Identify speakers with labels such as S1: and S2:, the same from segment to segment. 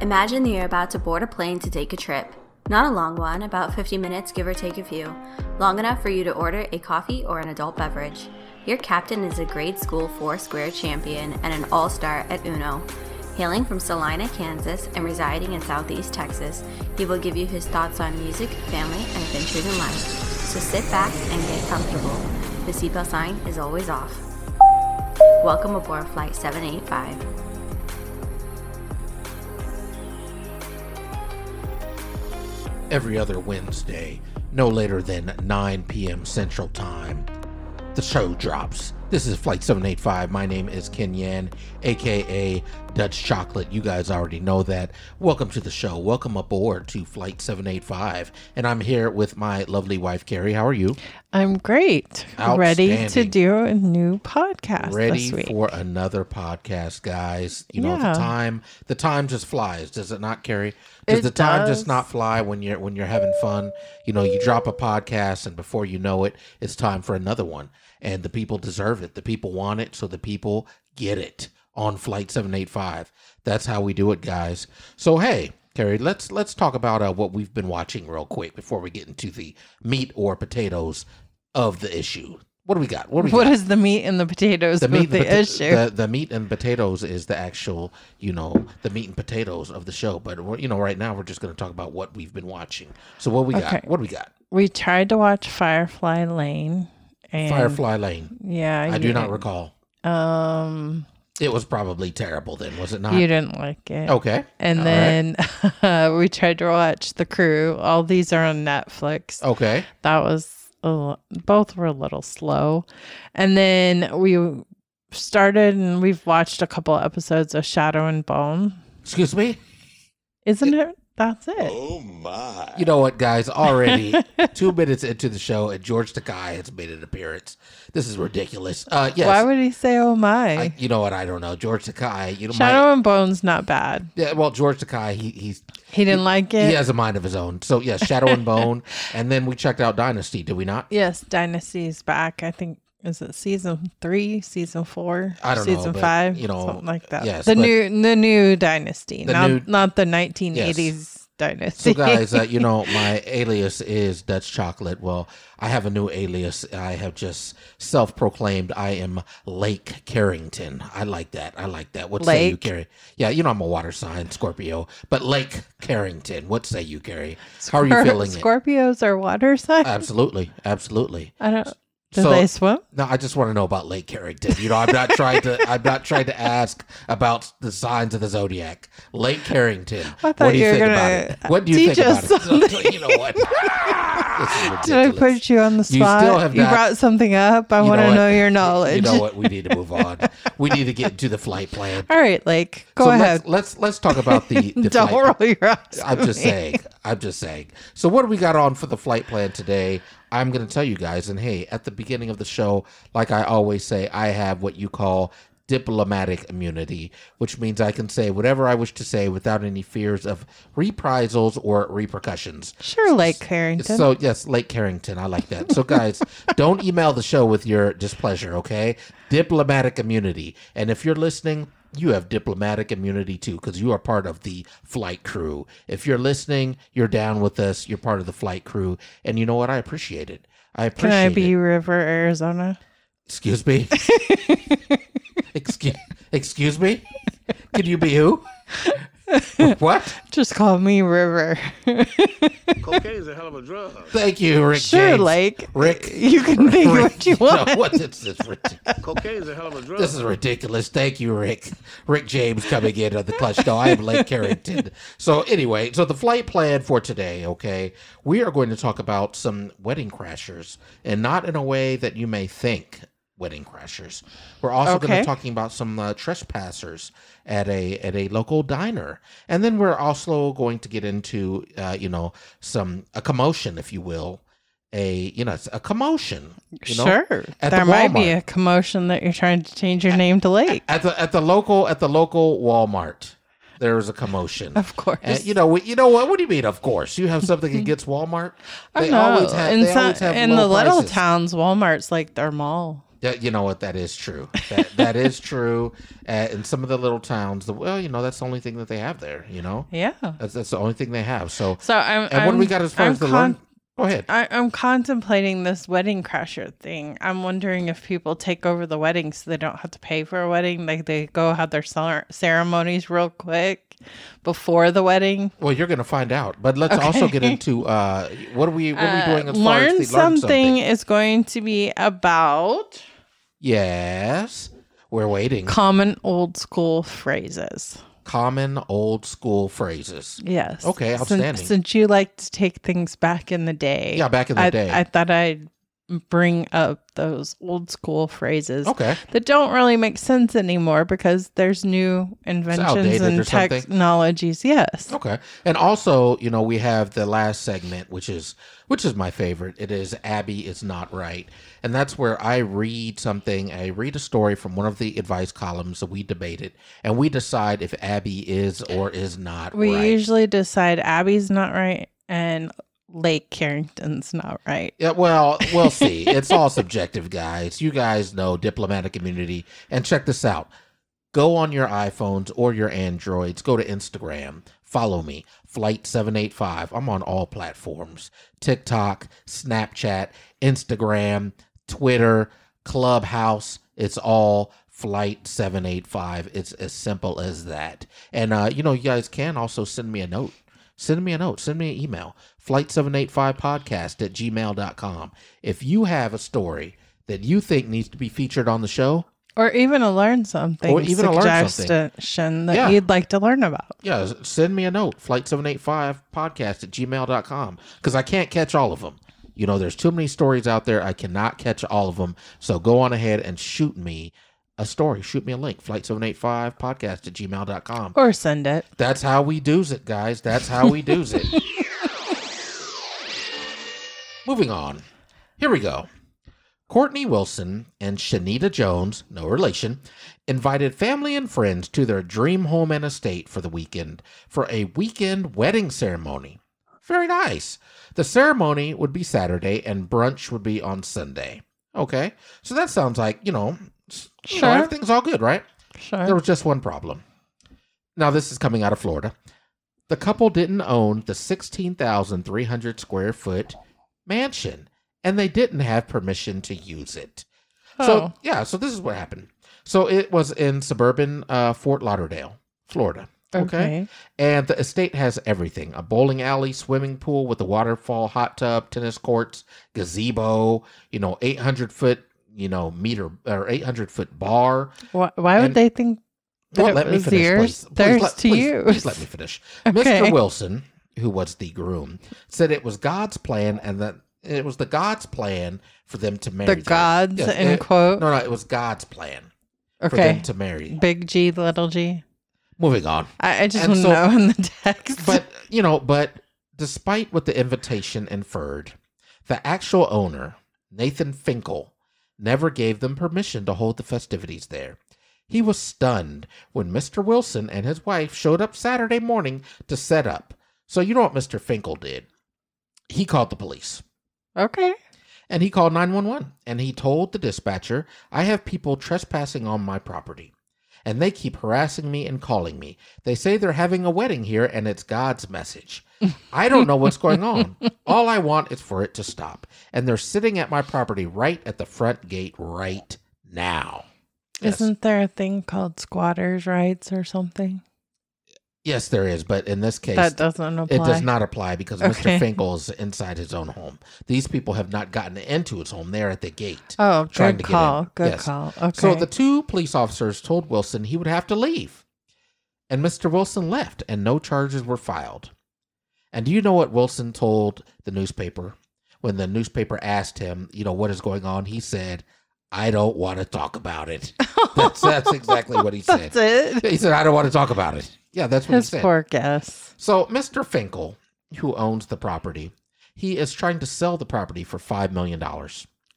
S1: Imagine that you're about to board a plane to take a trip. Not a long one, about 50 minutes, give or take a few. Long enough for you to order a coffee or an adult beverage. Your captain is a grade school four square champion and an all star at UNO. Hailing from Salina, Kansas, and residing in Southeast Texas, he will give you his thoughts on music, family, and adventures in life. So sit back and get comfortable. The seatbelt sign is always off. Welcome aboard Flight 785.
S2: every other Wednesday, no later than 9 p.m. Central Time. The show drops. This is Flight 785. My name is Ken Yan, aka Dutch Chocolate. You guys already know that. Welcome to the show. Welcome aboard to Flight 785. And I'm here with my lovely wife, Carrie. How are you?
S3: I'm great. Ready to
S2: Outstanding.
S3: do a new podcast
S2: Ready
S3: this week.
S2: for another podcast, guys. You know
S3: Yeah.
S2: the time. The time just flies, does it not, Carrie? Does
S3: It
S2: the time just
S3: does.
S2: not fly when you're when you're having fun? You know, you drop a podcast, and before you know it, it's time for another one. And the people deserve it. The people want it, so the people get it on Flight Seven Eight Five. That's how we do it, guys. So hey. Carrie, let's let's talk about uh, what we've been watching real quick before we get into the meat or potatoes of the issue. What do we got? What do we got?
S3: what is the meat and the potatoes
S2: the
S3: with
S2: meat
S3: the
S2: and pota-
S3: issue?
S2: The, the meat and potatoes is the actual, you know, the meat and potatoes of the show. But we're, you know, right now we're just going to talk about what we've been watching. So what we
S3: Okay.
S2: got? What do we got?
S3: we tried to watch Firefly Lane. And
S2: Firefly Lane.
S3: Yeah.
S2: I
S3: you
S2: do not
S3: didn't-
S2: recall.
S3: Um,
S2: It was probably terrible then, was it not?
S3: you didn't like it.
S2: okay.
S3: And
S2: All right.
S3: then we tried to watch The Crew. All these are on Netflix.
S2: Okay.
S3: That was a, l- both were a little slow. And then we started and we've watched a couple episodes of Shadow and Bone.
S2: Excuse me.
S3: Isn't it? That's it.
S4: Oh
S3: Uh,
S4: my.
S2: You know what, guys? Already two minutes into the show, and George Takai has made an appearance. This is ridiculous. Uh, yes.
S3: Why would he say, oh my?
S2: I, you know what? I don't know. George Takai. You know, my,
S3: Shadow and Bone's not bad.
S2: yeah, well, George Takai. He, he's
S3: He didn't like it.
S2: He has a mind of his own. So yeah, Shadow and Bone, and then we checked out Dynasty, did we not?
S3: Yes, Dynasty's back. I think, is it season three, season four,
S2: I don't know,
S3: season
S2: but,
S3: five?
S2: you know,
S3: something like that.
S2: yes,
S3: the
S2: but-
S3: new the new Dynasty,
S2: The
S3: not,
S2: new-
S3: not the 1980s Dynasty.
S2: So guys, uh, you know my alias is Dutch Chocolate. Well, I have a new alias. I have just self-proclaimed. I am Lake Carrington. I like that. I like that. What say you,
S3: Lake?
S2: Carrie? Yeah, you know I'm a water sign, Scorpio, but Lake Carrington. What say you, Carrie? How are you feeling? it?
S3: Scorpios are water signs.
S2: Absolutely, absolutely.
S3: I don't. Do
S2: so-
S3: they swim?
S2: No, I just want to know about Lake Carrington. You know, I'm not trying to. I'm not trying to ask about the signs of the zodiac. Lake Carrington.
S3: I thought
S2: what do you,
S3: you were
S2: think
S3: gonna
S2: about it? What do you
S3: teach
S2: think about
S3: us
S2: it? you know what? This is
S3: Did I
S2: ridiculous.
S3: put you on the
S2: You still
S3: spot? You,
S2: have not-
S3: brought something up. I
S2: You
S3: want to
S2: what?
S3: know, your knowledge.
S2: You know what? We need to move on. We need to get into the flight plan.
S3: All right, Lake, go
S2: so
S3: ahead.
S2: Let's, let's let's talk about the, the
S3: Don't
S2: flight.
S3: roll your eyes.
S2: I'm
S3: at
S2: just
S3: me.
S2: saying. I'm just saying. So what do we got on for the flight plan today? I'm going to tell you guys. And hey, at the beginning of the show, like I always say, I have what you call diplomatic immunity, which means I can say whatever I wish to say without any fears of reprisals or repercussions.
S3: Sure, Lake Harrington.
S2: So yes, Lake Carrington. I like that. So guys, don't email the show with your displeasure, okay? Diplomatic immunity. And if you're listening, you have diplomatic immunity too, because you are part of the flight crew. If you're listening, you're down with us. You're part of the flight crew, and you know what? I appreciate it. I
S3: Can
S2: appreciate.
S3: I be
S2: It.
S3: River, Arizona?
S2: Excuse me. excuse, excuse me. Can you be who? what?
S3: Just call me River.
S4: Cocaine's a hell of a drug.
S2: Thank you, Rick.
S3: Sure,
S2: James.
S3: Lake.
S2: Rick.
S3: You can think
S2: Rick-
S3: what you
S2: No,
S3: want.
S2: what is this? Rick?
S4: Cocaine's a hell of a drug.
S2: This is ridiculous. Thank you, Rick. Rick James coming in on the clutch. No, I am Lake Carrington. So anyway, so the flight plan for today, okay, we are going to talk about some wedding crashers, and not in a way that you may think. Wedding crashers. We're also going to
S3: Okay.
S2: talking about some uh, trespassers at a at a local diner, and then we're also going to get into uh, you know some a commotion, if you will, a you know a commotion. You know?
S3: sure.
S2: At
S3: there
S2: the
S3: might be
S2: Walmart.
S3: a commotion that you're trying to change your name to Lake.
S2: at the at the local at the local Walmart, there was a commotion.
S3: Of course.
S2: And you know, we- you know what? What do you mean? Of course, you have something against Walmart.
S3: I know. in
S2: they
S3: some-
S2: always have
S3: in the
S2: low
S3: little
S2: prices.
S3: towns, Walmart's like their mall.
S2: That, you know what? That is true. That, that is true. Uh, in some of the little towns, the, well, you know, that's the only thing that they have there. You know,
S3: Yeah.
S2: that's that's the only thing they have. So,
S3: So I'm.
S2: and what do
S3: I'm-
S2: we got as far
S3: I'm
S2: as the
S3: con-
S2: Lon- Go ahead.
S3: I, I'm contemplating this wedding crasher thing. I'm wondering if people take over the wedding so they don't have to pay for a wedding. Like they go have their cer- ceremonies real quick before the wedding.
S2: Well, you're going to find out, but let's also get
S3: Okay.
S2: into uh, what are we what are we doing
S3: Uh,
S2: as far as the
S3: learn
S2: learn
S3: something,
S2: something?
S3: is going to be about
S2: Yes, we're waiting.
S3: common old school phrases.
S2: Common old school phrases.
S3: Yes.
S2: Okay,
S3: Since-
S2: outstanding.
S3: Since, you like to take things back in the day,
S2: Yeah, back in the
S3: I,
S2: day.
S3: I thought I'd bring up those old school phrases.
S2: okay,
S3: that don't really make sense anymore because there's new inventions
S2: outdated or
S3: and
S2: something. Oh,
S3: technologies. Yes.
S2: okay, and also you know we have the last segment, which is which is my favorite. It is Abby is not right, and that's where I read something. I read a story from one of the advice columns that we debated, and we decide if Abby is or is not
S3: We
S2: right.
S3: usually decide Abby's not right and Lake Carrington's not right.
S2: Yeah, well, we'll see. It's all subjective, guys. You guys know diplomatic immunity. And check this out. Go on your iPhones or your Androids. Go to Instagram. Follow me, Flight785. I'm on all platforms TikTok, Snapchat, Instagram, Twitter, Clubhouse. It's all Flight785. It's as simple as that. And, uh, you know, you guys can also send me a note send me a note, send me an email, flight785podcast at gmail.com. If you have a story that you think needs to be featured on the show,
S3: Or even a learn something
S2: Or even a learn something.
S3: suggestion that
S2: Yeah.
S3: you'd like to learn about.
S2: yeah, s- send me a note, flight785podcast at gmail.com, because I can't catch all of them. You know, there's too many stories out there. I cannot catch all of them. So go on ahead and shoot me a story. Shoot me a link, flight785podcast at gmail.com.
S3: Or send it.
S2: That's how we do's it, guys. That's how we do's it. Moving on. Here we go. Courtney Wilson and Shanita Jones, no relation, invited family and friends to their dream home and estate for the weekend for a weekend wedding ceremony. Very nice. The ceremony would be Saturday and brunch would be on Sunday. Okay. So that sounds like, you know, s- you know,
S3: Sure.
S2: everything's all good, right? There
S3: Sure.
S2: was just one problem. Now, this is coming out of Florida. The couple didn't own the 16,300 square foot mansion, and they didn't have permission to use it. So,
S3: Oh.
S2: yeah, so this is what happened. So, it was in suburban uh, Fort Lauderdale, Florida. okay. And the estate has everything a bowling alley, swimming pool with a waterfall, hot tub, tennis courts, gazebo, you know, 800 foot, you know, meter or 800 foot bar.
S3: Why, why would
S2: And-
S3: they think that
S2: Well,
S3: it
S2: let me
S3: was
S2: finish.
S3: yours?
S2: Please. Please
S3: Theirs
S2: let-
S3: to
S2: please-
S3: use.
S2: please let me finish. Mr.
S3: Okay.
S2: Wilson, who was the groom, said it was God's plan and that it was the God's plan for them to marry.
S3: the
S2: them.
S3: gods,
S2: Yes,
S3: end
S2: it-
S3: quote?
S2: No, no, it was God's plan for
S3: okay.
S2: them to marry.
S3: Big G, little g.
S2: Moving on.
S3: I, I just
S2: And
S3: want to
S2: so-
S3: know in the text.
S2: But, you know, but despite what the invitation inferred, the actual owner, Nathan Finkel, never gave them permission to hold the festivities there. He was stunned when Mr. Wilson and his wife showed up Saturday morning to set up. So, you know what Mr. Finkel did? He called the police.
S3: okay.
S2: And he called 911 and he told the dispatcher, I have people trespassing on my property. And they keep harassing me and calling me. They say they're having a wedding here and it's God's message. I don't know what's going on. All I want is for it to stop. And they're sitting at my property right at the front gate right now. Yes.
S3: Isn't there a thing called squatters' rights or something?
S2: yes, there is. But in this case,
S3: That doesn't apply.
S2: It does not apply because Mr.
S3: Okay.
S2: Finkel is inside his own home. These people have not gotten into his home. They're at the gate.
S3: Oh,
S2: trying
S3: good
S2: to get in.
S3: call. Good
S2: Yes.
S3: call. Okay.
S2: So the two police officers told Wilson he would have to leave. And Mr. Wilson left, and no charges were filed. And do you know what Wilson told the newspaper? When the newspaper asked him, you know, what is going on, he said, I don't want to talk about it. That's, that's exactly what he said.
S3: That's it.
S2: He said, I don't want to talk about it. Yeah, that's what
S3: His
S2: he said.
S3: poor guess.
S2: So, Mr. Finkel, who owns the property, he is trying to sell the property for $5 million.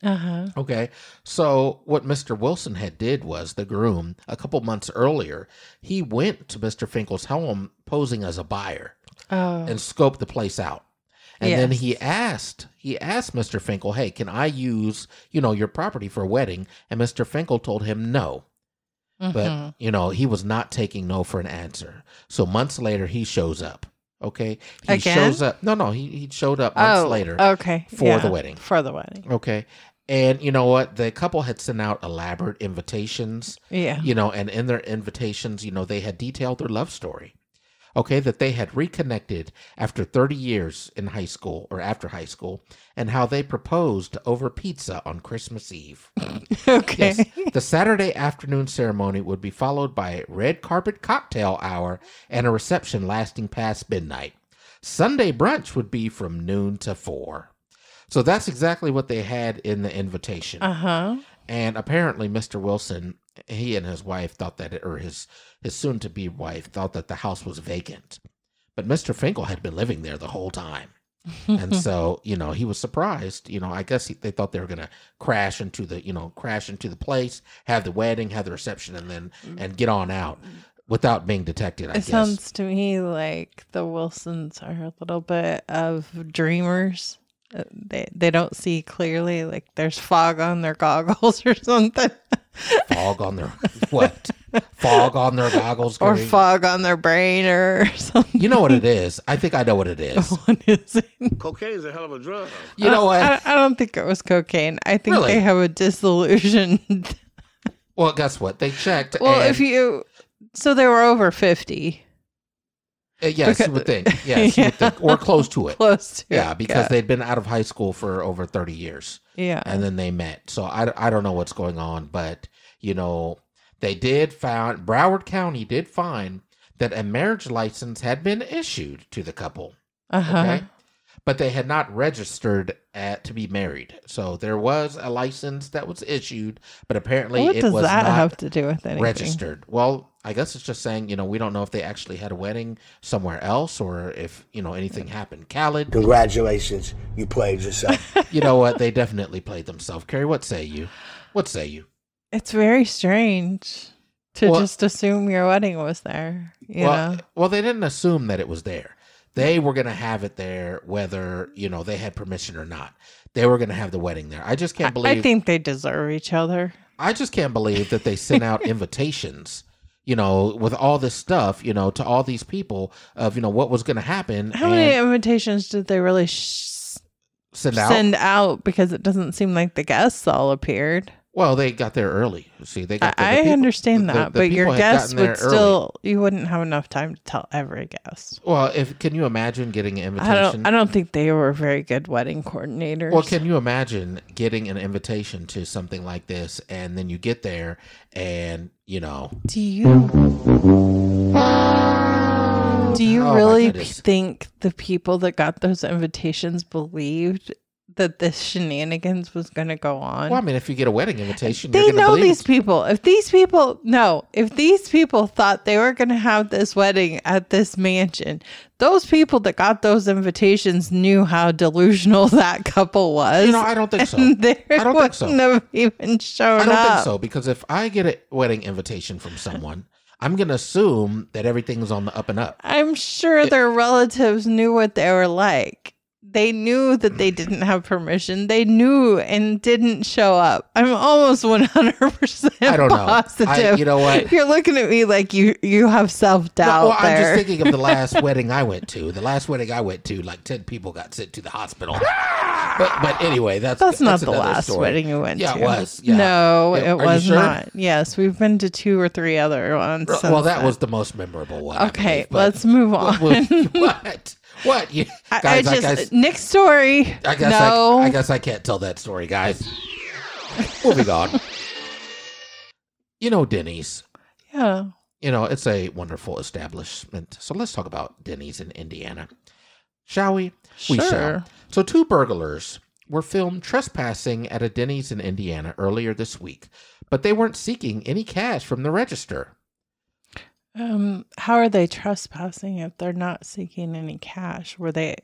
S3: Uh huh.
S2: Okay. So what Mr. Wilson had did was the groom a couple months earlier, he went to Mr. Finkel's home posing as a buyer
S3: Oh.
S2: and scoped the place out. And then
S3: Yes.
S2: he asked, he asked Mr. Finkel, "Hey, can I use, you know, your property for a wedding?" And Mr. Finkel told him no. But,
S3: Mhm.
S2: you know, he was not taking no for an answer. So months later he shows up. Okay? He
S3: Again?
S2: shows up. No, no, he, he showed up months
S3: oh,
S2: later.
S3: okay,
S2: for the wedding.
S3: For the wedding,
S2: Okay. And you know what? The couple had sent out elaborate invitations
S3: yeah.
S2: you know, and in their invitations, you know, they had detailed their love story. Okay, that they had reconnected after 30 years in high school or after high school, and how they proposed over pizza on Christmas Eve.
S3: Okay,
S2: Yes, the Saturday afternoon ceremony would be followed by a red carpet cocktail hour and a reception lasting past midnight. Sunday brunch would be from noon to four. So that's exactly what they had in the invitation.
S3: uh huh.
S2: And apparently, Mr. Wilson, he and his wife thought that, it, or his his soon to be wife thought that the house was vacant, but Mr. Finkel had been living there the whole time, and so you know he was surprised. You know, I guess he, they thought they were gonna crash into the you know crash into the place, have the wedding, have the reception, and then and get on out without being detected. I
S3: Mm. It
S2: guess.
S3: sounds to me like the Wilsons are a little bit of dreamers. Uh, They they don't see clearly. Like there's fog on their goggles or something,
S2: fog on their what? fog on their goggles.
S3: or
S2: Gary?
S3: fog on their brain or something.
S2: You know what it is? I think I know what it is.
S3: What is it?
S4: Cocaine's a hell of a drug.
S2: You know what?
S3: I, I don't think it was cocaine. I think
S2: Really?
S3: they have a disillusioned.
S2: Well, guess what? They checked.
S3: well,
S2: and-
S3: if you so they were over fifty,
S2: Uh, yes,
S3: Because-
S2: you would think. Yes, you would
S3: Yeah.
S2: think. Or close to it.
S3: close to
S2: yeah,
S3: it,
S2: because they'd been out of high school for over 30 years
S3: yeah.
S2: and then they met. So I, I don't know what's going on, but, you know, they did found, Broward County did find that a marriage license had been issued to the couple.
S3: uh huh.
S2: Okay. But they had not registered at, to be married. So there was a license that was issued, but apparently
S3: What
S2: it
S3: does
S2: was
S3: that
S2: not
S3: have to do with anything?
S2: registered. Well, I guess it's just saying, you know, we don't know if they actually had a wedding somewhere else or if, you know, anything happened. Khaled,
S5: Congratulations, you played yourself.
S2: you know what? They definitely played themselves. Carrie, what say you? What say you?
S3: It's very strange to
S2: Well-
S3: just assume your wedding was there. You
S2: well,
S3: know,
S2: well, they didn't assume that it was there. They were going to have it there whether, you know, they had permission or not. They were going to have the wedding there. I just
S3: I,
S2: can't believe
S3: I think they deserve each other.
S2: I just can't believe that they sent out invitations, you know, with all this stuff, you know, to all these people of, you know, what was going to happen
S3: How
S2: and
S3: many invitations did they really sh-
S2: send out.
S3: send out? Because it doesn't seem like the guests all appeared.
S2: Well, they got there early. See, they
S3: I,
S2: got. there- the
S3: I
S2: people-
S3: understand
S2: the-
S3: that,
S2: the
S3: but your
S2: people had
S3: guests
S2: gotten there
S3: would
S2: early.
S3: still, you wouldn't have enough time to tell every guest.
S2: Well, if can you imagine getting an invitation?
S3: I don't. I don't think they were very good wedding coordinators.
S2: well, can you imagine getting an invitation to something like this, and then you get there, and you know,
S3: Do you do you
S2: Oh my
S3: really p-
S2: goodness.
S3: think the people that got those invitations believed that this shenanigans was going to go on?
S2: well, I mean, if you get a wedding invitation,
S3: they
S2: you're gonna
S3: know
S2: believe
S3: these
S2: it.
S3: people. If these people no, if these people thought they were going to have this wedding at this mansion, those people that got those invitations knew how delusional that couple was.
S2: You know, I don't think so.
S3: and they
S2: I don't think
S3: wouldn't
S2: so.
S3: have even shown
S2: I don't
S3: up.
S2: think so because if I get a wedding invitation from someone, I'm gonna assume that everything's on the up and up.
S3: I'm sure their relatives knew what they were like. They knew that they didn't have permission. They knew and didn't show up. I'm almost 100%
S2: I don't know. I-
S3: positive.
S2: you know what?
S3: You're looking at me like you you have self-doubt
S2: well, I'm
S3: there.
S2: just thinking of the last wedding I went to. The last wedding I went to, like ten people got sent to the hospital. But, but anyway, that's
S3: that's not the
S2: another
S3: last
S2: story.
S3: wedding you went
S2: Yeah,
S3: to.
S2: it was. Yeah.
S3: No,
S2: Yeah,
S3: it
S2: are you
S3: was
S2: sure?
S3: not. Yes, we've been to two or three other ones.
S2: Well,
S3: since
S2: well, that
S3: then.
S2: was the most memorable one. I
S3: Okay,
S2: believe, but-
S3: let's move on.
S2: What? What? what? What? You,
S3: I,
S2: guys,
S3: I
S2: I,
S3: just
S2: guess,
S3: next story.
S2: I, guess
S3: no.
S2: I, I guess I can't tell that story, guys. Moving on. You know Denny's.
S3: yeah.
S2: You know it's a wonderful establishment. So let's talk about Denny's in Indiana, shall we? We
S3: Sure.
S2: shall. So two burglars were filmed trespassing at a Denny's in Indiana earlier this week, but they weren't seeking any cash from the register.
S3: Um, how are they trespassing if they're not seeking any cash? Were they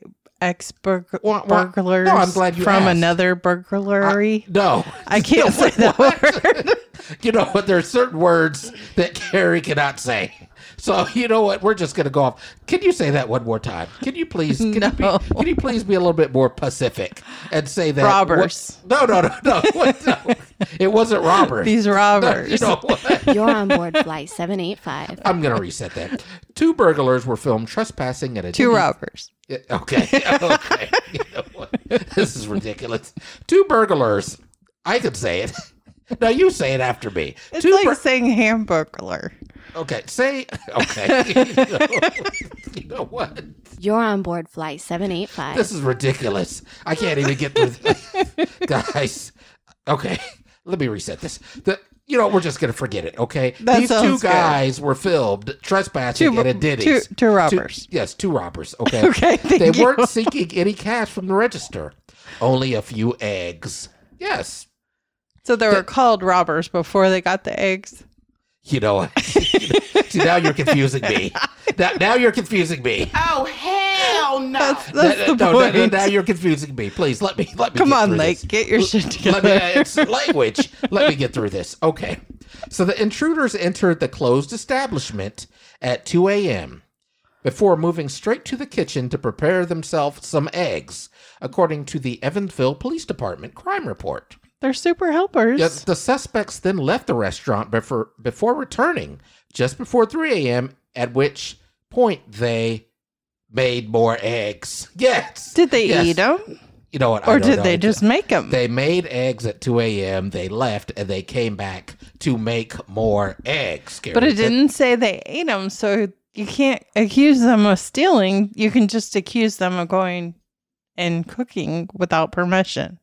S3: ex burglars
S2: Well, well, no, I'm glad you
S3: from
S2: asked.
S3: another burglary?
S2: No,
S3: I, can't say that word.
S2: you know, but there are certain words that Carrie cannot say. So you know what? We're just gonna go off. Can you say that one more time? Can you please? Can, you,
S3: No.
S2: be, can you please be a little bit more Pacific and say that?
S3: Robbers.
S2: What, no, no, no, no, What? no. It wasn't robbers.
S3: These robbers.
S2: You know what?
S1: You're on board flight 785.
S2: I'm gonna reset that. Two burglars were filmed trespassing at a
S3: Two
S2: Denny's-
S3: robbers.
S2: yeah, Okay. Okay. You know what? This is ridiculous. Two burglars. I could say it. No, you say it after me.
S3: It's
S2: Two
S3: like
S2: bur-
S3: saying hamburglar.
S2: okay. Say okay. you, know, you know what?
S1: You're on board flight 785.
S2: This is ridiculous. I can't even get through. Guys. Okay. Let me reset this. The you know we're just gonna forget it. Okay.
S3: That
S2: These two
S3: sounds good.
S2: guys were filmed trespassing
S3: Two-
S2: at a
S3: two,
S2: Denny's.
S3: two robbers.
S2: Yes, two robbers. Okay.
S3: Okay, thank
S2: They
S3: you.
S2: weren't seeking any cash from the register, only a few eggs. Yes.
S3: So they were called robbers before they got the eggs.
S2: You know, what? see, now you're confusing me. Now, now you're confusing me.
S3: That's, that's
S2: Now-
S3: the
S2: no, no,
S3: point.
S2: no, now you're confusing me. Please let me let me.
S3: Come
S2: get
S3: on,
S2: through
S3: Lake,
S2: this.
S3: get your shit
S2: Let me,
S3: together.
S2: it's language. Let me get through this. Okay. So the intruders entered the closed establishment at 2 a.m. before moving straight to the kitchen to prepare themselves some eggs, according to the Evansville Police Department crime report.
S3: They're super helpers.
S2: Yes, the suspects then left the restaurant before, before returning just before 3 a.m., at which point they made more eggs. Yes.
S3: Did they
S2: Yes.
S3: eat them,
S2: You know what? I
S3: or
S2: don't
S3: did
S2: know.
S3: they
S2: It's-
S3: just make them?
S2: they made eggs at 2 a.m. They left and they came back to make more eggs. Carrie.
S3: but it didn't say they ate them, so you can't accuse them of stealing. You can just accuse them of going and cooking without permission.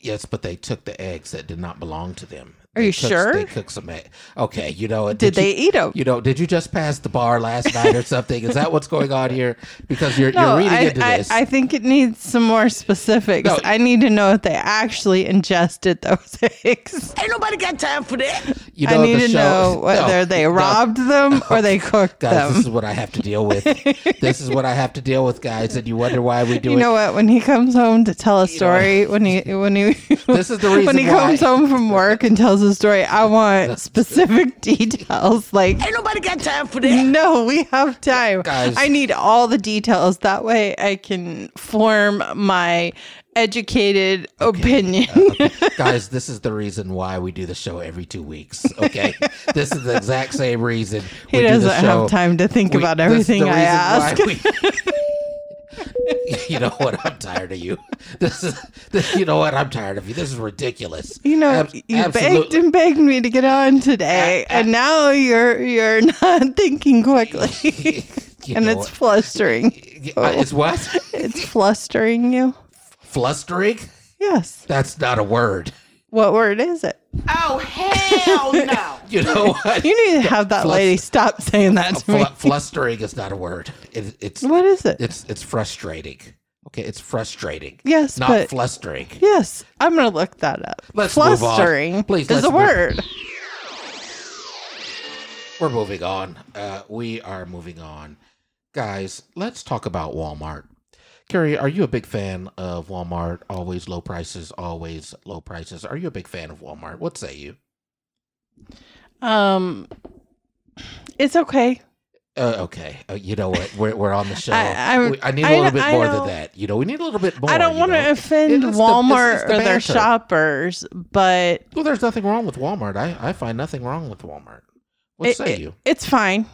S2: Yes, but they took the eggs that did not belong to them.
S3: Are
S2: They
S3: you
S2: cooked-
S3: sure?
S2: They cooked some eggs. Okay, you know what?
S3: Did, they
S2: You,
S3: eat them?
S2: you know, did you just pass the bar last night or something? Is that what's going on here? Because you're, you're reading
S3: I,
S2: into
S3: I,
S2: this.
S3: I think it needs some more specifics.
S2: No.
S3: I need to know if they actually ingested those eggs.
S4: Ain't nobody got time for that.
S2: you
S3: I need
S2: the
S3: to
S2: show-
S3: know whether
S2: No,
S3: they
S2: no.
S3: robbed them or they cooked
S2: Guys,
S3: them.
S2: this is what I have to deal with. this is what I have to deal with, guys. And you wonder why we do
S3: you
S2: it.
S3: know what? When he comes home to tell a story, when he when he
S2: This is the
S3: when he
S2: reason why-
S3: comes home from work and tells a story, I want specific details. Like
S4: Ain't nobody got time for that.
S3: no, we have time.
S2: Guys.
S3: I need all the details. That way, I can form my educated
S2: uh,
S3: opinion.
S2: guys this is the reason why we do the show every two weeks okay this is the exact same reason
S3: he
S2: we
S3: doesn't
S2: do the show
S3: have time to think
S2: We-
S3: about
S2: this is
S3: everything
S2: the
S3: I ask.
S2: reason why we- you know what i'm tired of you this is this, you know what i'm tired of you this is ridiculous
S3: You know,
S2: Ab-
S3: you begged
S2: absolutely.
S3: and begged me to get on today, and now you're you're not thinking quickly,
S2: You
S3: and
S2: know
S3: it's flustering.
S2: what? Uh, it's what
S3: It's flustering you.
S2: flustering
S3: Yes.
S2: that's not a word
S3: What word is it?
S2: you know what
S3: You need to have that
S2: flus-
S3: lady stop saying that to me.
S2: Fl- flustering is not a word it, it's
S3: What is it?
S2: it's it's frustrating okay it's frustrating
S3: Yes,
S2: not
S3: but-
S2: flustering
S3: Yes, I'm gonna look that up.
S2: Let's move on.
S3: flustering
S2: Please,
S3: is
S2: let's
S3: a
S2: move-
S3: word.
S2: We're moving on. Uh, we are moving on. Guys, let's talk about Walmart. Carrie, are you a big fan of Walmart? Always low prices, always low prices. Are you a big fan of Walmart? What say you?
S3: Um, it's okay.
S2: Uh, okay, uh, you know what? We're, we're on the show.
S3: I- I'm-
S2: We- I, need a
S3: I-
S2: little bit
S3: I
S2: more
S3: don't-
S2: than that. You know, we need a little bit more.
S3: I don't
S2: you
S3: want
S2: know?
S3: to offend
S2: It's the- it's-
S3: Walmart
S2: it's the
S3: or their
S2: banter.
S3: shoppers, but
S2: Well, there's nothing wrong with Walmart. I, I find nothing wrong with Walmart. What
S3: it-
S2: say
S3: it-
S2: you?
S3: it's fine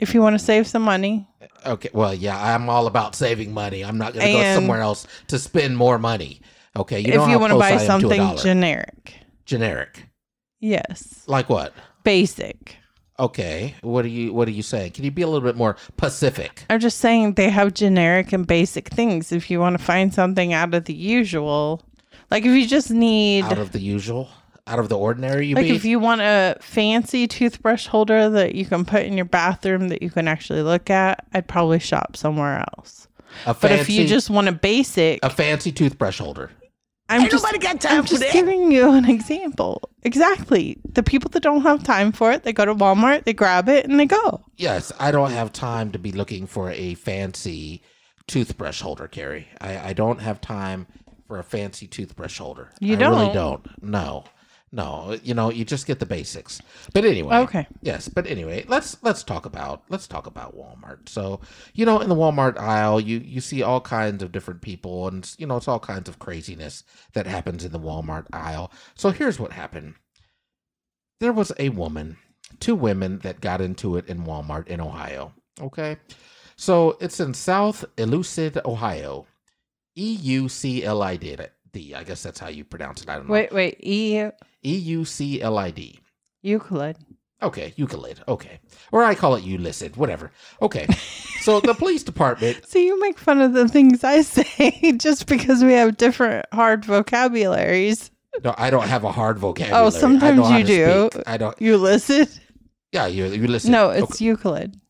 S3: if you want to save some money.
S2: Okay, well, yeah, I'm all about saving money. I'm not going to go
S3: And-
S2: somewhere else to spend more money. Okay, you know
S3: if
S2: how
S3: you want to
S2: close I
S3: buy
S2: am a
S3: something
S2: dollar.
S3: generic,
S2: generic.
S3: yes,
S2: Like what?
S3: basic.
S2: Okay. What are you what are you saying? Can you be a little bit more Pacific?
S3: I'm just saying they have generic and basic things. If you want to find something out of the usual, like if you just need,
S2: Out of the usual? Out of the ordinary you
S3: like
S2: mean?
S3: if you want a fancy toothbrush holder that you can put in your bathroom that you can actually look at, I'd probably shop somewhere else.
S2: a
S3: But
S2: fancy,
S3: if you just want a basic,
S2: a fancy toothbrush holder.
S3: I'm just, I'm just giving you an example. Exactly. The people that don't have time for it, they go to Walmart, they grab it, and they go.
S2: Yes, I don't have time to be looking for a fancy toothbrush holder, Carrie. I, I don't have time for a fancy toothbrush holder.
S3: You
S2: I really
S3: don't?
S2: don't. No. No, you know, you just get the basics. But anyway,
S3: Okay.
S2: Yes, but anyway, let's let's talk about let's talk about Walmart. So, you know, in the Walmart aisle, you you see all kinds of different people, and you know, it's all kinds of craziness that happens in the Walmart aisle. So here's what happened: there was a woman, two women that got into it in Walmart in Ohio. Okay, so it's in South Elucid, Ohio. E U C L I D. D. I guess that's how you pronounce it. I don't know.
S3: Wait, wait. E
S2: E U C L I D.
S3: Euclid.
S2: Okay, Euclid. Okay. Or I call it Ulysses, whatever. Okay. So the police department,
S3: See, you make fun of the things I say just because we have different hard vocabularies.
S2: no, I don't have a hard vocabulary.
S3: Oh, sometimes
S2: I know how
S3: you
S2: to
S3: do.
S2: speak. I don't.
S3: Ulysses?
S2: Yeah, you, Ulysses.
S3: No, it's Euclid.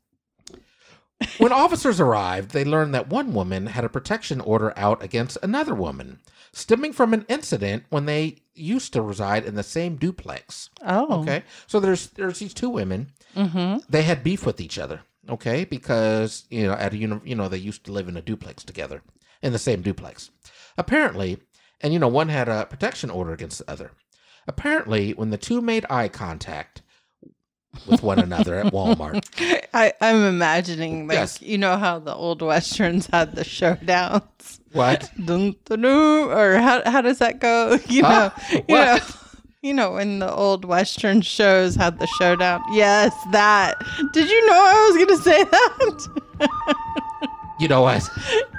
S2: When officers arrived, they learned that one woman had a protection order out against another woman, stemming from an incident when they used to reside in the same duplex.
S3: Oh.
S2: Okay. So there's there's these two women.
S3: Mm-hmm.
S2: They had beef with each other, okay? Because, you know, at a uni- you know, they used to live in a duplex together, in the same duplex. Apparently, and you know, one had a protection order against the other. Apparently, when the two made eye contact with one another at Walmart,
S3: I, I'm imagining, like,
S2: Yes.
S3: you know how the old westerns had the showdowns?
S2: what?
S3: Dun, dun, dun, or how, how does that go? You know,
S2: Huh?
S3: you know,
S2: Ah, What?
S3: you know, when the old western shows had the showdown. Yes, that. Did you know I was going to say that?
S2: You know what?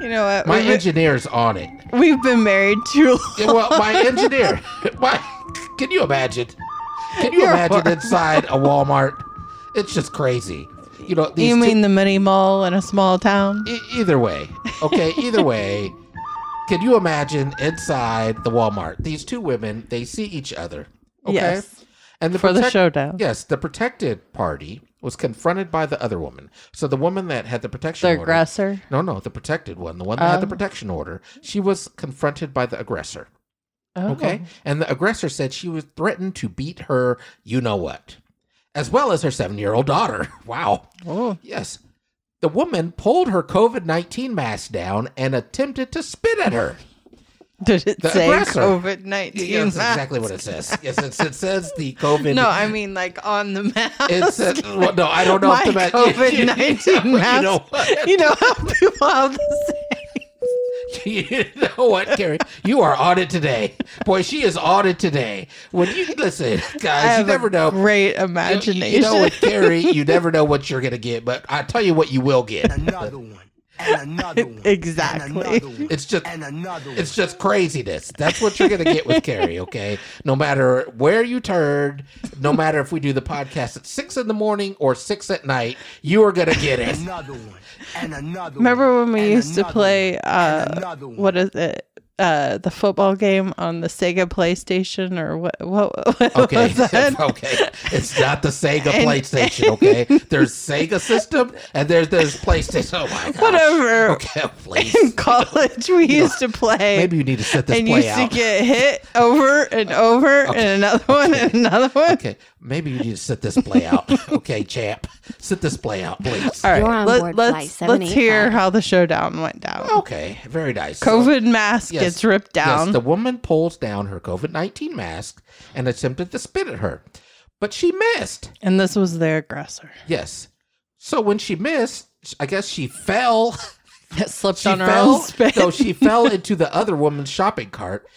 S3: you know what?
S2: My
S3: we've,
S2: engineer's on it.
S3: we've been married too long.
S2: Yeah, well, my engineer. My, can you imagine? Can you
S3: You're
S2: imagine
S3: horrible.
S2: inside a Walmart? It's just crazy. You know, these
S3: You
S2: two-
S3: mean the mini mall in a small town?
S2: E- either way, okay, either way, can you imagine inside the Walmart? These two women, they see each other. Okay.
S3: Yes.
S2: And the
S3: For the
S2: protect-
S3: showdown.
S2: Yes, the protected party was confronted by the other woman. So the woman that had the protection
S3: The
S2: order-
S3: aggressor.
S2: No, no, the protected one, the one that had
S3: Um,
S2: the protection order, she was confronted by the aggressor.
S3: Oh.
S2: Okay. And the aggressor said she was threatened to beat her, you know what, as well as her seven year old daughter. Wow.
S3: Oh.
S2: Yes. The woman pulled her COVID 19 mask down and attempted to spit at her.
S3: Did it
S2: The
S3: say
S2: aggressor.
S3: COVID 19?
S2: Yeah, that's exactly what it says. Yes, it, it says the COVID.
S3: No, I mean, like on the mask.
S2: It says, well, no, I don't know
S3: My
S2: if the mask.
S3: COVID 19 mask.
S2: You know what?
S3: You know how people have the same.
S2: you know what, Carrie? You are on it today. Boy, she is on it today. When you listen,
S3: I
S2: guys, you
S3: have
S2: never
S3: a
S2: know.
S3: Great
S2: You-
S3: imagination.
S2: You know what, Carrie? You never know what you're gonna get, but I tell you what, you will get.
S5: Another one. And another one.
S3: Exactly.
S5: And another one.
S2: It's just-
S5: and another one.
S2: It's just craziness. That's what you're gonna get with Carrie. Okay, no matter where you turn, no matter if we do the podcast at six in the morning or six at night, you are gonna get it.
S5: another one. And another
S3: Remember
S5: one.
S3: when we
S5: And
S3: used to
S5: another
S3: play
S5: one.
S3: uh,
S5: And another one.
S3: what is it? Uh, the football game on the Sega PlayStation or what? What, what
S2: Okay,
S3: was that?
S2: okay. It's not the Sega
S3: And-
S2: PlayStation. Okay, there's Sega system and there's there's PlayStation. Oh my god.
S3: Whatever.
S2: Okay, oh, please.
S3: In college, we used to play.
S2: Maybe you need to set this
S3: and
S2: play
S3: used
S2: out.
S3: to get hit over and over and another one and another one.
S2: okay, maybe you need to set this play out. Okay, champ, set this play out, please.
S3: All right,
S1: You're on
S3: let,
S1: board
S3: let's
S1: flight
S3: let's hear
S1: 785.
S3: how the showdown went down.
S2: Okay, very nice. Oh, So-
S3: COVID mask
S2: Yes,
S3: gets ripped down.
S2: Yes, the woman pulls down her COVID 19 mask and attempted to spit at her, but she missed.
S3: and this was their aggressor.
S2: Yes. So when she missed, I guess she fell.
S3: It slipped
S2: She
S3: on her
S2: fell.
S3: own spit.
S2: No, she fell into the other woman's shopping cart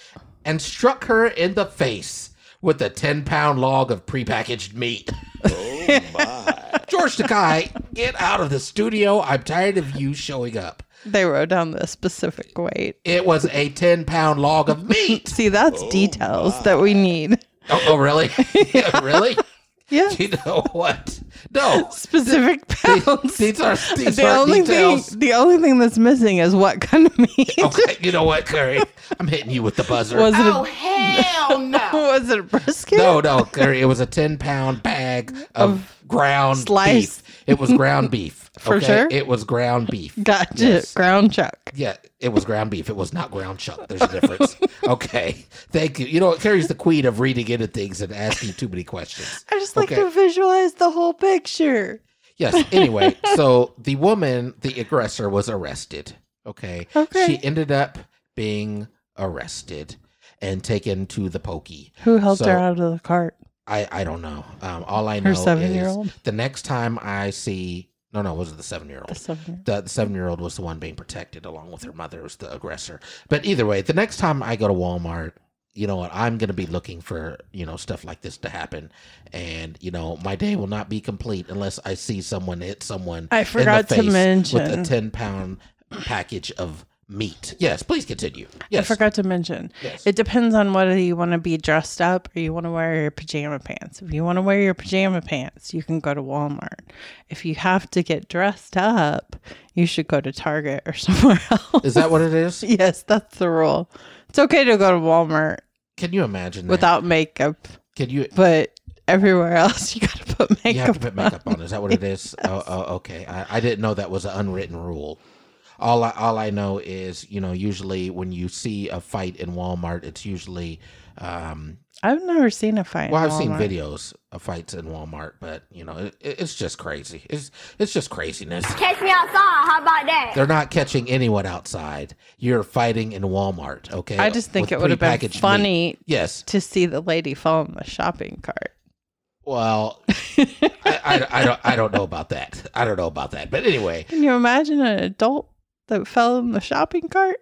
S2: and struck her in the face with a 10 pound log of prepackaged meat. Oh, my. George Takai, get out of the studio. I'm tired of you showing up.
S3: they wrote down the specific weight.
S2: It was a 10 pound log of meat.
S3: See, that's details that we need.
S2: Oh, oh really? really?
S3: Yeah,
S2: You know what? No.
S3: specific pounds.
S2: These are these
S3: the
S2: are
S3: only
S2: details.
S3: thing, the only thing that's missing is what kind of meat.
S2: Okay, you know what, Curry? I'm hitting you with the buzzer.
S3: Was it?
S2: oh
S3: A,
S2: hell no!
S3: was it a brisket?
S2: No, no, Curry. It was a ten pound bag of, ground
S3: slice.
S2: beef. It was ground beef.
S3: For sure?
S2: It was ground beef.
S3: Gotcha.
S2: Yes.
S3: Ground chuck.
S2: Yeah, it was ground beef. It was not ground chuck. There's a difference. okay. Thank you. You know, Carrie's the queen of reading into things and asking too many questions.
S3: I just like
S2: Okay.
S3: to visualize the whole picture.
S2: Yes. Anyway, so the woman, the aggressor, was arrested. Okay.
S3: Okay.
S2: She ended up being arrested. and taken to the pokey.
S3: Who helped her
S2: So-
S3: out of the cart?
S2: I I don't know. Um, all I know
S3: Her
S2: is
S3: seven-year-old?
S2: the next time I see no no was it the seven year
S3: The
S2: old
S3: seven.
S2: the, the seven year old was the one being protected along with her mother was the aggressor. But either way, the next time I go to Walmart, you know what, I'm gonna be looking for, you know, stuff like this to happen. And, you know, my day will not be complete unless I see someone hit someone
S3: I
S2: in the
S3: forgot to
S2: face with a
S3: mention.
S2: ten pound package of meat. Yes, please continue.
S3: I
S2: Yes.
S3: forgot to mention.
S2: Yes.
S3: It depends on whether you want to be dressed up or you want to wear your pajama pants. If you want to wear your pajama pants, you can go to Walmart. If you have to get dressed up, you should go to Target or somewhere else.
S2: Is that what it is?
S3: yes, that's the rule. It's okay to go to Walmart
S2: Can you imagine that?
S3: without makeup,
S2: Can you
S3: but everywhere else you got to put
S2: You have
S3: makeup.
S2: to put makeup on. Is that what it is? Oh, oh, okay. I, I didn't know that was an unwritten rule. All I, all I know is, you know, usually when you see a fight in Walmart, it's usually, um,
S3: I've never seen a fight. in
S2: well, I've seen
S3: Walmart.
S2: videos of fights in Walmart, but you know, it, it's just crazy. It's it's just craziness.
S6: Catch me outside. How about that?
S2: They're not catching anyone outside. You're fighting in Walmart, okay?
S3: I just think
S2: With
S3: it would have been
S2: prepackaged meat.
S3: funny
S2: Yes.
S3: to see the lady fall in the shopping cart.
S2: Well, I, I, I don't I don't know about that. I don't know about that. But anyway,
S3: Can you imagine an adult that fell in the shopping cart?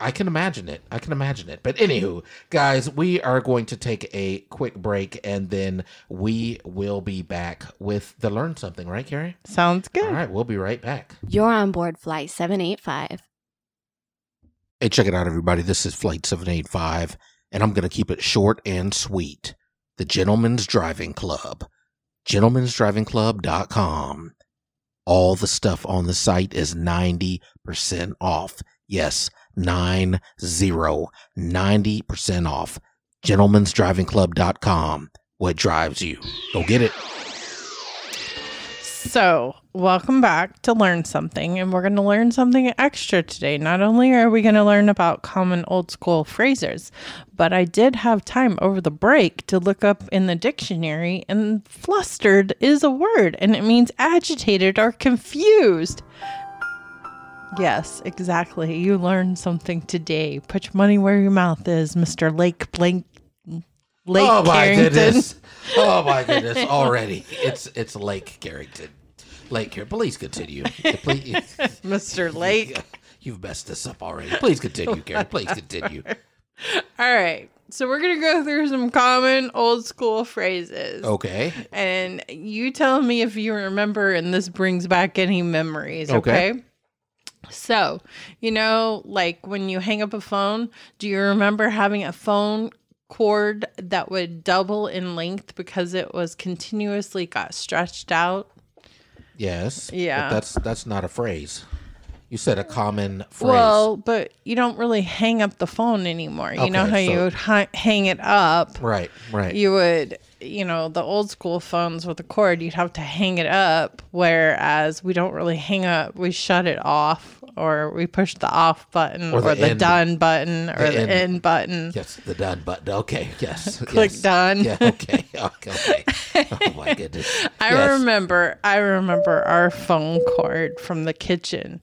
S2: I can imagine it. I can imagine it. But anywho, guys, we are going to take a quick break and then we will be back with the learn something, right, Carrie?
S3: Sounds good.
S2: All right, we'll be right back.
S1: You're on board Flight 785.
S2: Hey, check it out, everybody. This is Flight 785, and I'm going to keep it short and sweet. The Gentleman's Driving Club. Gentleman'sDrivingClub.com. All the stuff on the site is 90% off. Yes, 90, 90% off. Gentleman'sDrivingClub.com. What drives you? Go get it.
S3: So, welcome back to Learn Something, and we're going to learn something extra today. Not only are we going to learn about common old school phrases, but I did have time over the break to look up in the dictionary, and flustered is a word, and it means agitated or confused. Yes, exactly. You learned something today. Put your money where your mouth is, Mr. Lake Blank. Lake
S2: oh my
S3: Carrington.
S2: goodness! Oh my goodness! Already, it's it's Lake Carrington. Lake here. Please continue. Please,
S3: Mr. Lake.
S2: you've messed this up already. Please continue, Carrie. Please continue.
S3: All right. So we're going to go through some common old school phrases.
S2: Okay.
S3: And you tell me if you remember and this brings back any memories,
S2: Okay.
S3: okay? So, you know, like when you hang up a phone, do you remember having a phone cord that would double in length because it was continuously got stretched out?
S2: Yes.
S3: Yeah.
S2: But that's that's not a phrase. You said a common phrase.
S3: Well, but you don't really hang up the phone anymore. You know
S2: Okay,
S3: how you
S2: so-
S3: would hi- hang it up
S2: right. Right.
S3: you would you know the old school phones with a cord you'd have to hang it up whereas we don't really hang up we shut it off or we push the off button or
S2: Or
S3: the,
S2: the end.
S3: done button or
S2: The
S3: the,
S2: end.
S3: end. button
S2: yes. The done button. Okay. Yes.
S3: Click
S2: yes.
S3: done.
S2: Yeah. Okay. Okay. oh my goodness.
S3: i
S2: Yes.
S3: remember i remember our phone cord from the kitchen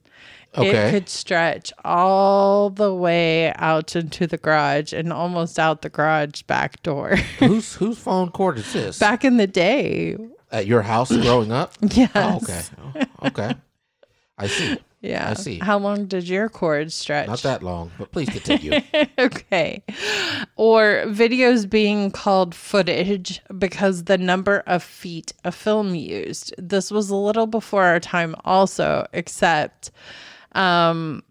S2: Okay.
S3: it could stretch all the way out into the garage and almost out the garage back door
S2: Who's whose phone cord is this?
S3: back in the day
S2: At your house growing up?
S3: yes
S2: Oh, okay. Oh, okay. I see.
S3: yeah
S2: I see.
S3: how long did your cord stretch
S2: Not that long, but please continue.
S3: okay. Or videos being called footage because the number of feet a film used. This was a little before our time, also, except um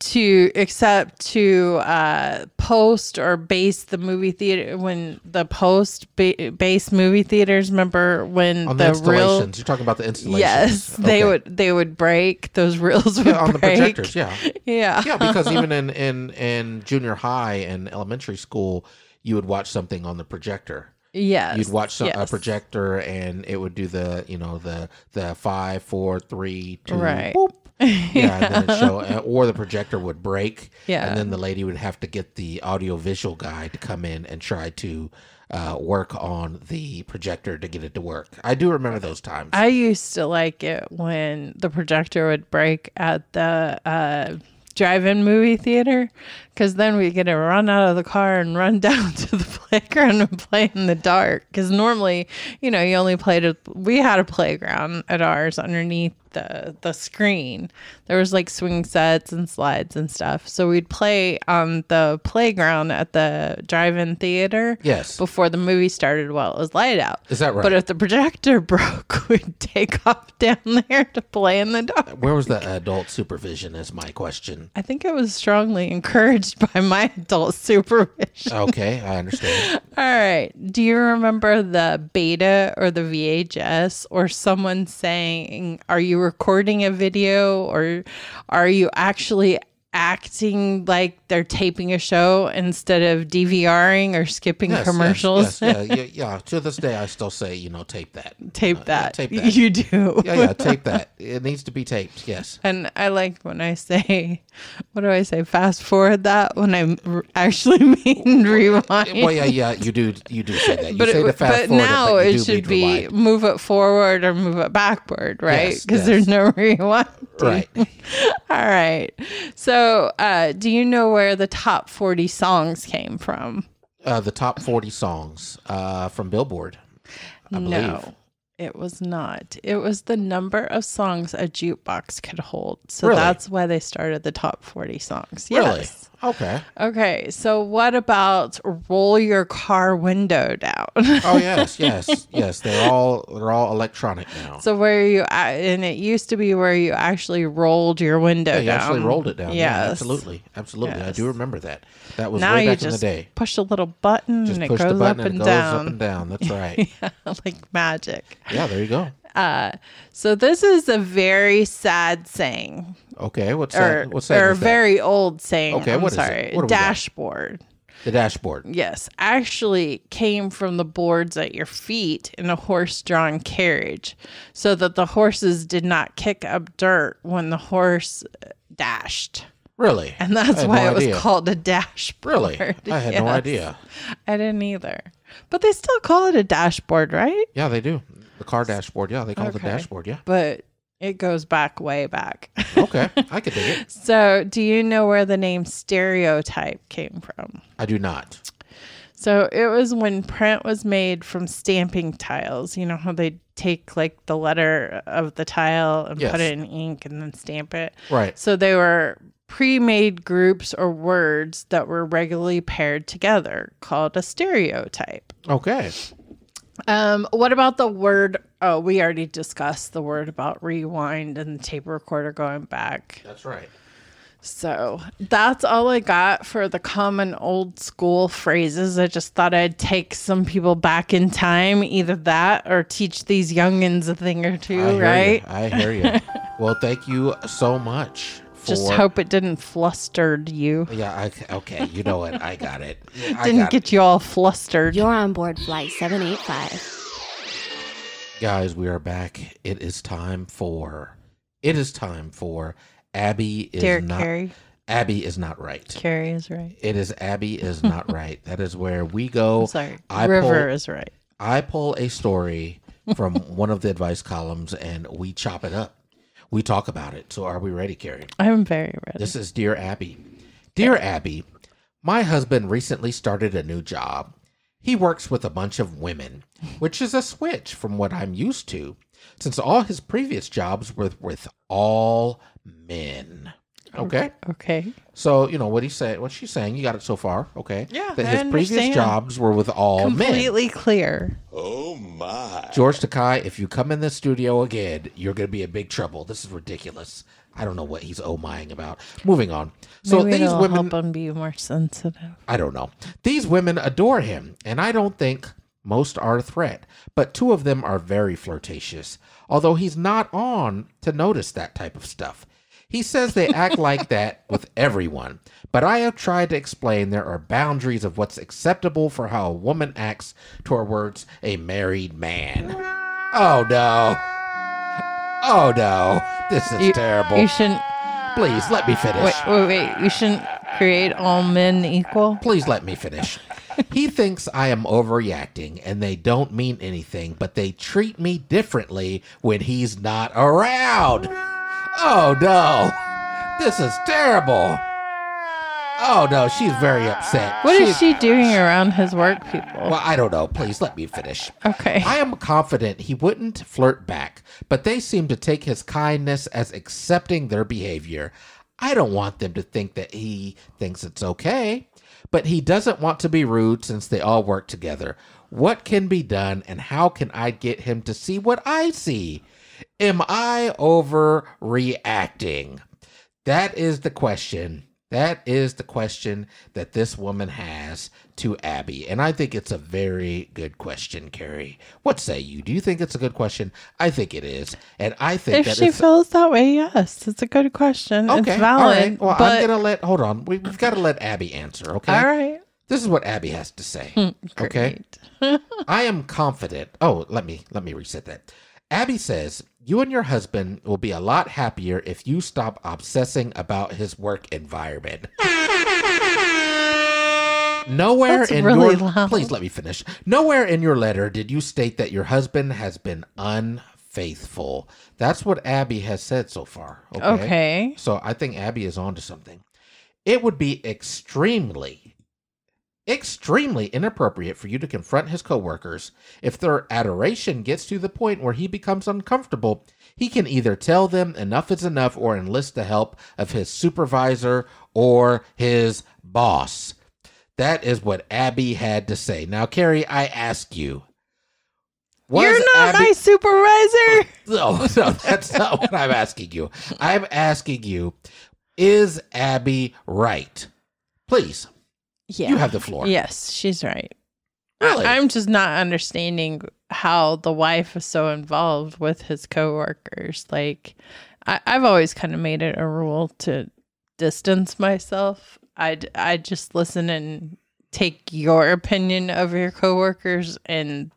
S3: to except to uh post or base the movie theater when the post ba- base movie theaters remember when
S2: On the,
S3: the,
S2: installations,
S3: real
S2: you're talking about the installations.
S3: yes they
S2: Okay.
S3: would they would break those reels would
S2: Yeah, on the
S3: break.
S2: projectors. Yeah,
S3: yeah
S2: yeah, because even in in in junior high and elementary school, you would watch something on the projector.
S3: yes
S2: You'd watch some, uh, a
S3: yes.
S2: projector, and it would do the you know the the five, four, three, two,
S3: Right.
S2: boop. Yeah, and then it show, uh, or the projector would break.
S3: Yeah.
S2: and then the lady would have to get the audio visual guy to come in and try to uh, work on the projector to get it to work. I do remember those times.
S3: I used to like it when the projector would break at the uh, drive-in movie theater Because then we get to run out of the car and run down to the playground and play in the dark. Because normally, you know, you only played, a, we had a playground at ours underneath the, the screen. There was like swing sets and slides and stuff. So we'd play on the playground at the drive in theater.
S2: Yes.
S3: Before the movie started while it was light out.
S2: Is that right?
S3: But if the projector broke, we'd take off down there to play in the dark.
S2: Where was the adult supervision? Is my question.
S3: I think I was strongly encouraged by my adult supervision.
S2: Okay, I understand.
S3: All right. Do you remember the beta or the VHS or someone saying, Are you recording a video or are you actually acting like they're taping a show instead of DVRing or skipping
S2: Yes, yes,
S3: commercials?
S2: yes, yeah, yeah, yeah. To this day, I still say, you know, tape that.
S3: Tape
S2: You know, Uh, yeah,
S3: that.
S2: tape that.
S3: You do.
S2: yeah, yeah, tape that. It needs to be taped. Yes.
S3: And I like when I say, what do I say? Fast forward that when I r- actually mean rewind.
S2: Well, yeah, yeah. You do. You do say that. You
S3: but
S2: say
S3: it,
S2: to fast
S3: but
S2: forward,
S3: now
S2: but you
S3: it
S2: do
S3: should
S2: need
S3: be
S2: rewind.
S3: move it forward or move it backward, right?
S2: Yes,
S3: Because
S2: yes.
S3: there's no rewind.
S2: right.
S3: All right. So, uh, do you know where the top 40 songs came from?
S2: Uh, the top forty songs uh, from Billboard. I believe.
S3: No, it was not. It was the number of songs a jukebox could hold. So
S2: Really?
S3: that's why they started the top 40 songs.
S2: Really?
S3: Yes.
S2: Okay.
S3: Okay, so what about roll your car window down?
S2: Oh yes, yes, yes. They're all they're all electronic now.
S3: so where you a- and it used to be where you actually rolled your window
S2: yeah, you
S3: down.
S2: actually rolled it down. Yeah,
S3: um, Yes.
S2: absolutely, absolutely. I do
S3: Yes.
S2: remember that. That was
S3: Now
S2: way
S3: you
S2: back in the
S3: just
S2: day.
S3: push a little button
S2: Just
S3: and it
S2: push the
S3: goes up
S2: button
S3: and,
S2: and it goes
S3: down,
S2: up and down. That's right.
S3: like magic.
S2: yeah, there you go.
S3: So this is a very sad saying,
S2: Okay, what's
S3: or
S2: that? What's that?
S3: or
S2: is that?
S3: very old saying.
S2: Okay,
S3: I'm
S2: what is it?
S3: sorry,
S2: What do we got?
S3: dashboard.
S2: the dashboard.
S3: Yes, actually came from the boards at your feet in a horse drawn carriage so that the horses did not kick up dirt when the horse uh, dashed.
S2: Really?
S3: And that's
S2: I had
S3: why
S2: no
S3: it was
S2: idea.
S3: called a dashboard.
S2: Really? I had no
S3: Yes.
S2: idea.
S3: I didn't either. But they still call it a dashboard, right?
S2: Yeah, they do. The car dashboard. Yeah, they call it the
S3: Okay.
S2: dashboard. Yeah.
S3: But it goes back way back.
S2: Okay, I could dig it.
S3: so, do you know where the name stereotype came from?
S2: I do not.
S3: So it was when print was made from stamping tiles. You know how they take like the letter of the tile and
S2: Yes.
S3: put it in ink and then stamp it.
S2: Right.
S3: So they were pre-made groups or words that were regularly paired together called a stereotype.
S2: Okay.
S3: Um, what about the word? Oh, we already discussed the word about rewind and the tape recorder going back.
S2: That's right.
S3: So that's all I got for the common old school phrases. I just thought I'd take some people back in time, either that or teach these youngins a thing or two,
S2: I hear
S3: right?
S2: You. I hear you. well, thank you so much. For,
S3: Just hope it didn't flustered you,
S2: Yeah. I, okay. You know what? I got it. I
S3: didn't
S2: got it.
S3: get you all flustered.
S1: You're on board Flight 785.
S2: Guys, we are back. It is time for. It is time for. Abby is
S3: Derek
S2: not.
S3: Carey.
S2: Abby is not right.
S3: Carrie is right.
S2: It is Abby is not right. That is where we go.
S3: Sorry,
S2: I
S3: River
S2: pull,
S3: is right.
S2: I pull a story from one of the advice columns and we chop it up. We talk about it. So are we ready, Carrie?
S3: I'm very ready.
S2: This is Dear Abby. Dear Abby, my husband recently started a new job. He works with a bunch of women, which is a switch from what I'm used to, since all his previous jobs were with all men. Okay.
S3: okay,
S2: So, you know, what he said, what she's saying, you got it so far. Okay.
S3: Yeah,
S2: That
S3: I
S2: his previous
S3: understand.
S2: jobs were with all men.
S3: completely clear.
S2: George Takai, if you come in this studio again, you're going to be in big trouble. This is ridiculous. I don't know what he's oh mying about. Moving on. So
S3: Maybe
S2: these
S3: it'll
S2: women
S3: help him be more sensitive.
S2: I don't know. These women adore him, and I don't think most are a threat, but two of them are very flirtatious, although he's not on to notice that type of stuff. He says they act like that with everyone, but I have tried to explain there are boundaries of what's acceptable for how a woman acts towards a married man. Oh no. Oh no. This is
S3: You-
S2: terrible.
S3: You shouldn't.
S2: Please let me finish.
S3: Wait, wait, wait. You shouldn't create all men equal.
S2: Please let me finish. he thinks I am overreacting and they don't mean anything, but they treat me differently when he's not around. Oh no. This is terrible. Oh no, she's very upset.
S3: What is she doing around his work people?
S2: Well, I don't know. Please let me finish.
S3: Okay.
S2: I am confident he wouldn't flirt back, but they seem to take his kindness as accepting their behavior. I don't want them to think that he thinks it's okay, but he doesn't want to be rude since they all work together. What can be done, and how can I get him to see what I see? Am I overreacting? That is the question. That is the question that this woman has to Abby. And I think it's a very good question, Carrie. What say you? Do you think it's a good question? I think it is. And I think that
S3: If she
S2: it's
S3: feels that way, yes, it's a good question.
S2: okay.
S3: it's valid.
S2: All right. Well,
S3: but
S2: I'm gonna let hold on. We, we've got to let Abby answer, okay?
S3: all right.
S2: This is what Abby has to say. Okay.
S3: Hmm, Great.
S2: I am confident. Oh, let me let me reset that. Abby says, "You and your husband will be a lot happier if you stop obsessing about his work environment." Nowhere
S3: That's
S2: in
S3: really
S2: your
S3: loud.
S2: please let me finish. Nowhere in your letter did you state that your husband has been unfaithful. That's what Abby has said so far.
S3: Okay.
S2: So I think Abby is onto something. It would be extremely, extremely inappropriate for you to confront his coworkers if their adoration gets to the point where he becomes uncomfortable. He can either tell them enough is enough or enlist the help of his supervisor or his boss. That is what Abby had to say. Now, Carrie, I ask you. was
S3: You're not my supervisor.
S2: no, no, that's not what I'm asking you. I'm asking you, is Abby right? Please,
S3: Yeah.
S2: you have the floor.
S3: Yes, she's right.
S2: Really?
S3: I, am just not understanding how the wife is so involved with his coworkers. Like, I, I've always kind of made it a rule to distance myself. I I just listen and take your opinion of your coworkers, and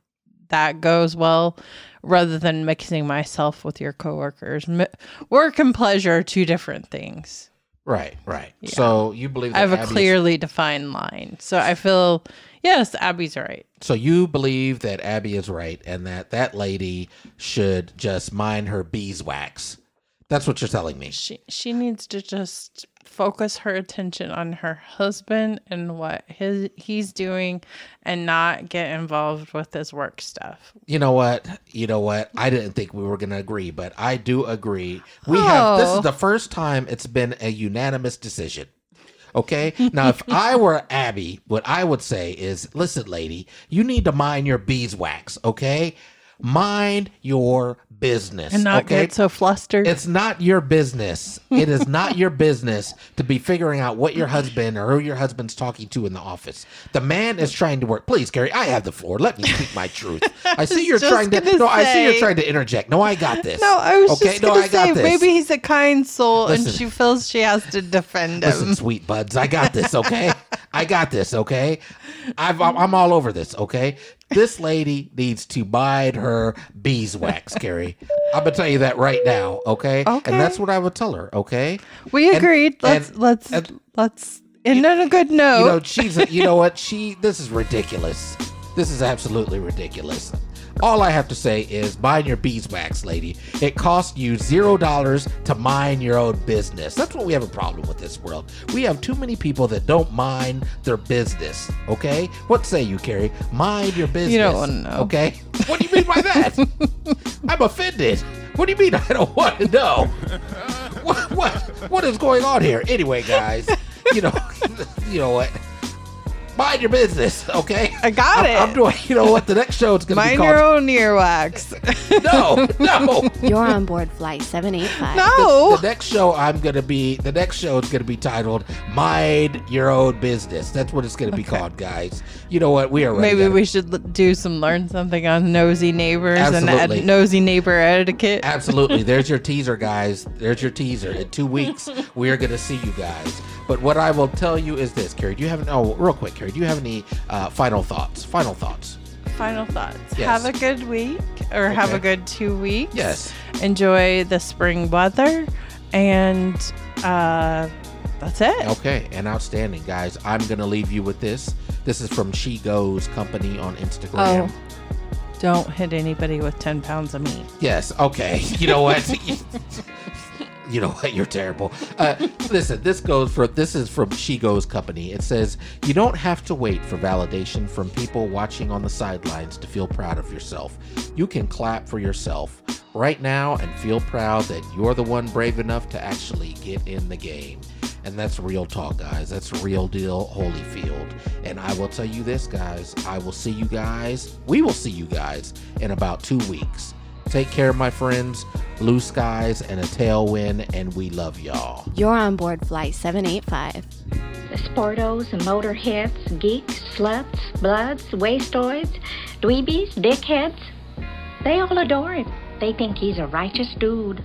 S3: that goes well, rather than mixing myself with your coworkers. Mi- Work and pleasure are two different things.
S2: Right, right. So you believe
S3: I
S2: that
S3: have a
S2: Abby is-
S3: clearly defined line, so I feel yes, Abby's right.
S2: so you believe that Abby is right and that that lady should just mind her beeswax. That's what you're telling me.
S3: She she needs to just focus her attention on her husband and what his he's doing and not get involved with his work stuff.
S2: You know what? You know what? I didn't think we were going to agree, but I do agree. We have this
S3: Oh.
S2: is the first time it's been a unanimous decision. Okay? Now if I were Abby, what I would say is, "Listen, lady, you need to mind your beeswax, okay? Mind your business."
S3: And not
S2: okay?
S3: get so flustered.
S2: It's not your business. It is not your business to be figuring out what your husband or who your husband's talking to in the office. The man is trying to work. Please, Gary, I have the floor. Let me speak my truth. I see you're
S3: just
S2: trying to.
S3: gonna
S2: No, I see you're
S3: say-
S2: trying to interject. No, I got this.
S3: no, I was just gonna say maybe he's a kind soul
S2: Listen.
S3: and she feels she has to defend him.
S2: Listen, sweet buds, I got this, okay? I got this, okay? I've, I'm I'm all over this, okay? This lady needs to bide her beeswax, Carrie. I'm gonna tell you that right now, okay?
S3: Okay.
S2: And that's what I would tell her, okay?
S3: we
S2: and-
S3: agreed. let's
S2: and-
S3: let's
S2: and-
S3: let's end on a good note.
S2: You know, she's. A, you know what? She. This is ridiculous. This is absolutely ridiculous. All I have to say is mind your beeswax, lady. It costs you zero dollars to mind your own business. That's what we have a problem with this world. We have too many people that don't mind their business. Okay, what say you, Carrie? Mind your business.
S3: wanna know.
S2: Okay, what do you mean by that? I'm offended. What do you mean I don't want to know? what, what what is going on here? Anyway, guys, you know, you know what? Mind your business, okay?
S3: I
S2: I'm-
S3: got it.
S2: I'm doing. You know what? The next show is going to be
S3: Mind your
S2: called.
S3: own earwax.
S2: No, no.
S1: You're on board Flight 785.
S3: no.
S2: The next show I'm going to be. The next show is going to be titled "Mind Your Own Business." That's what it's going to be called, guys. You know what? We are ready.
S3: Maybe we should l- do some learn something on nosy neighbors and
S2: Absolutely.
S3: ed- nosy neighbor etiquette.
S2: Absolutely. There's your teaser, guys. There's your teaser. In two weeks, we are going to see you guys. But what I will tell you is this, Carrie. Do you have any, oh, real quick, Carrie? Do you have any uh, final thoughts? Final thoughts.
S3: Final thoughts.
S2: Yes.
S3: Have a good week or have a
S2: Okay.
S3: good two weeks.
S2: Yes.
S3: Enjoy the spring weather. And uh, that's it.
S2: Okay, and outstanding, guys. I'm gonna leave you with this. This is from She Goes Company on Instagram.
S3: Don't hit anybody with 10 pounds of meat.
S2: Yes. Okay. You know what? you know what? You're terrible. Uh, listen, this goes for this is from She Goes Company. It says you don't have to wait for validation from people watching on the sidelines to feel proud of yourself. You can clap for yourself right now and feel proud that you're the one brave enough to actually get in the game. And that's real talk, guys. That's real deal Holyfield. And I will tell you this, guys. I will see you guys. We will see you guys in about two weeks. Take care, my friends. Blue skies and a tailwind, and we love y'all.
S1: You're on board Flight 785.
S7: sportos, motorheads, geeks, sluts, bloods, wastoids, dweebies, dickheads. They all adore him. They think he's a righteous dude.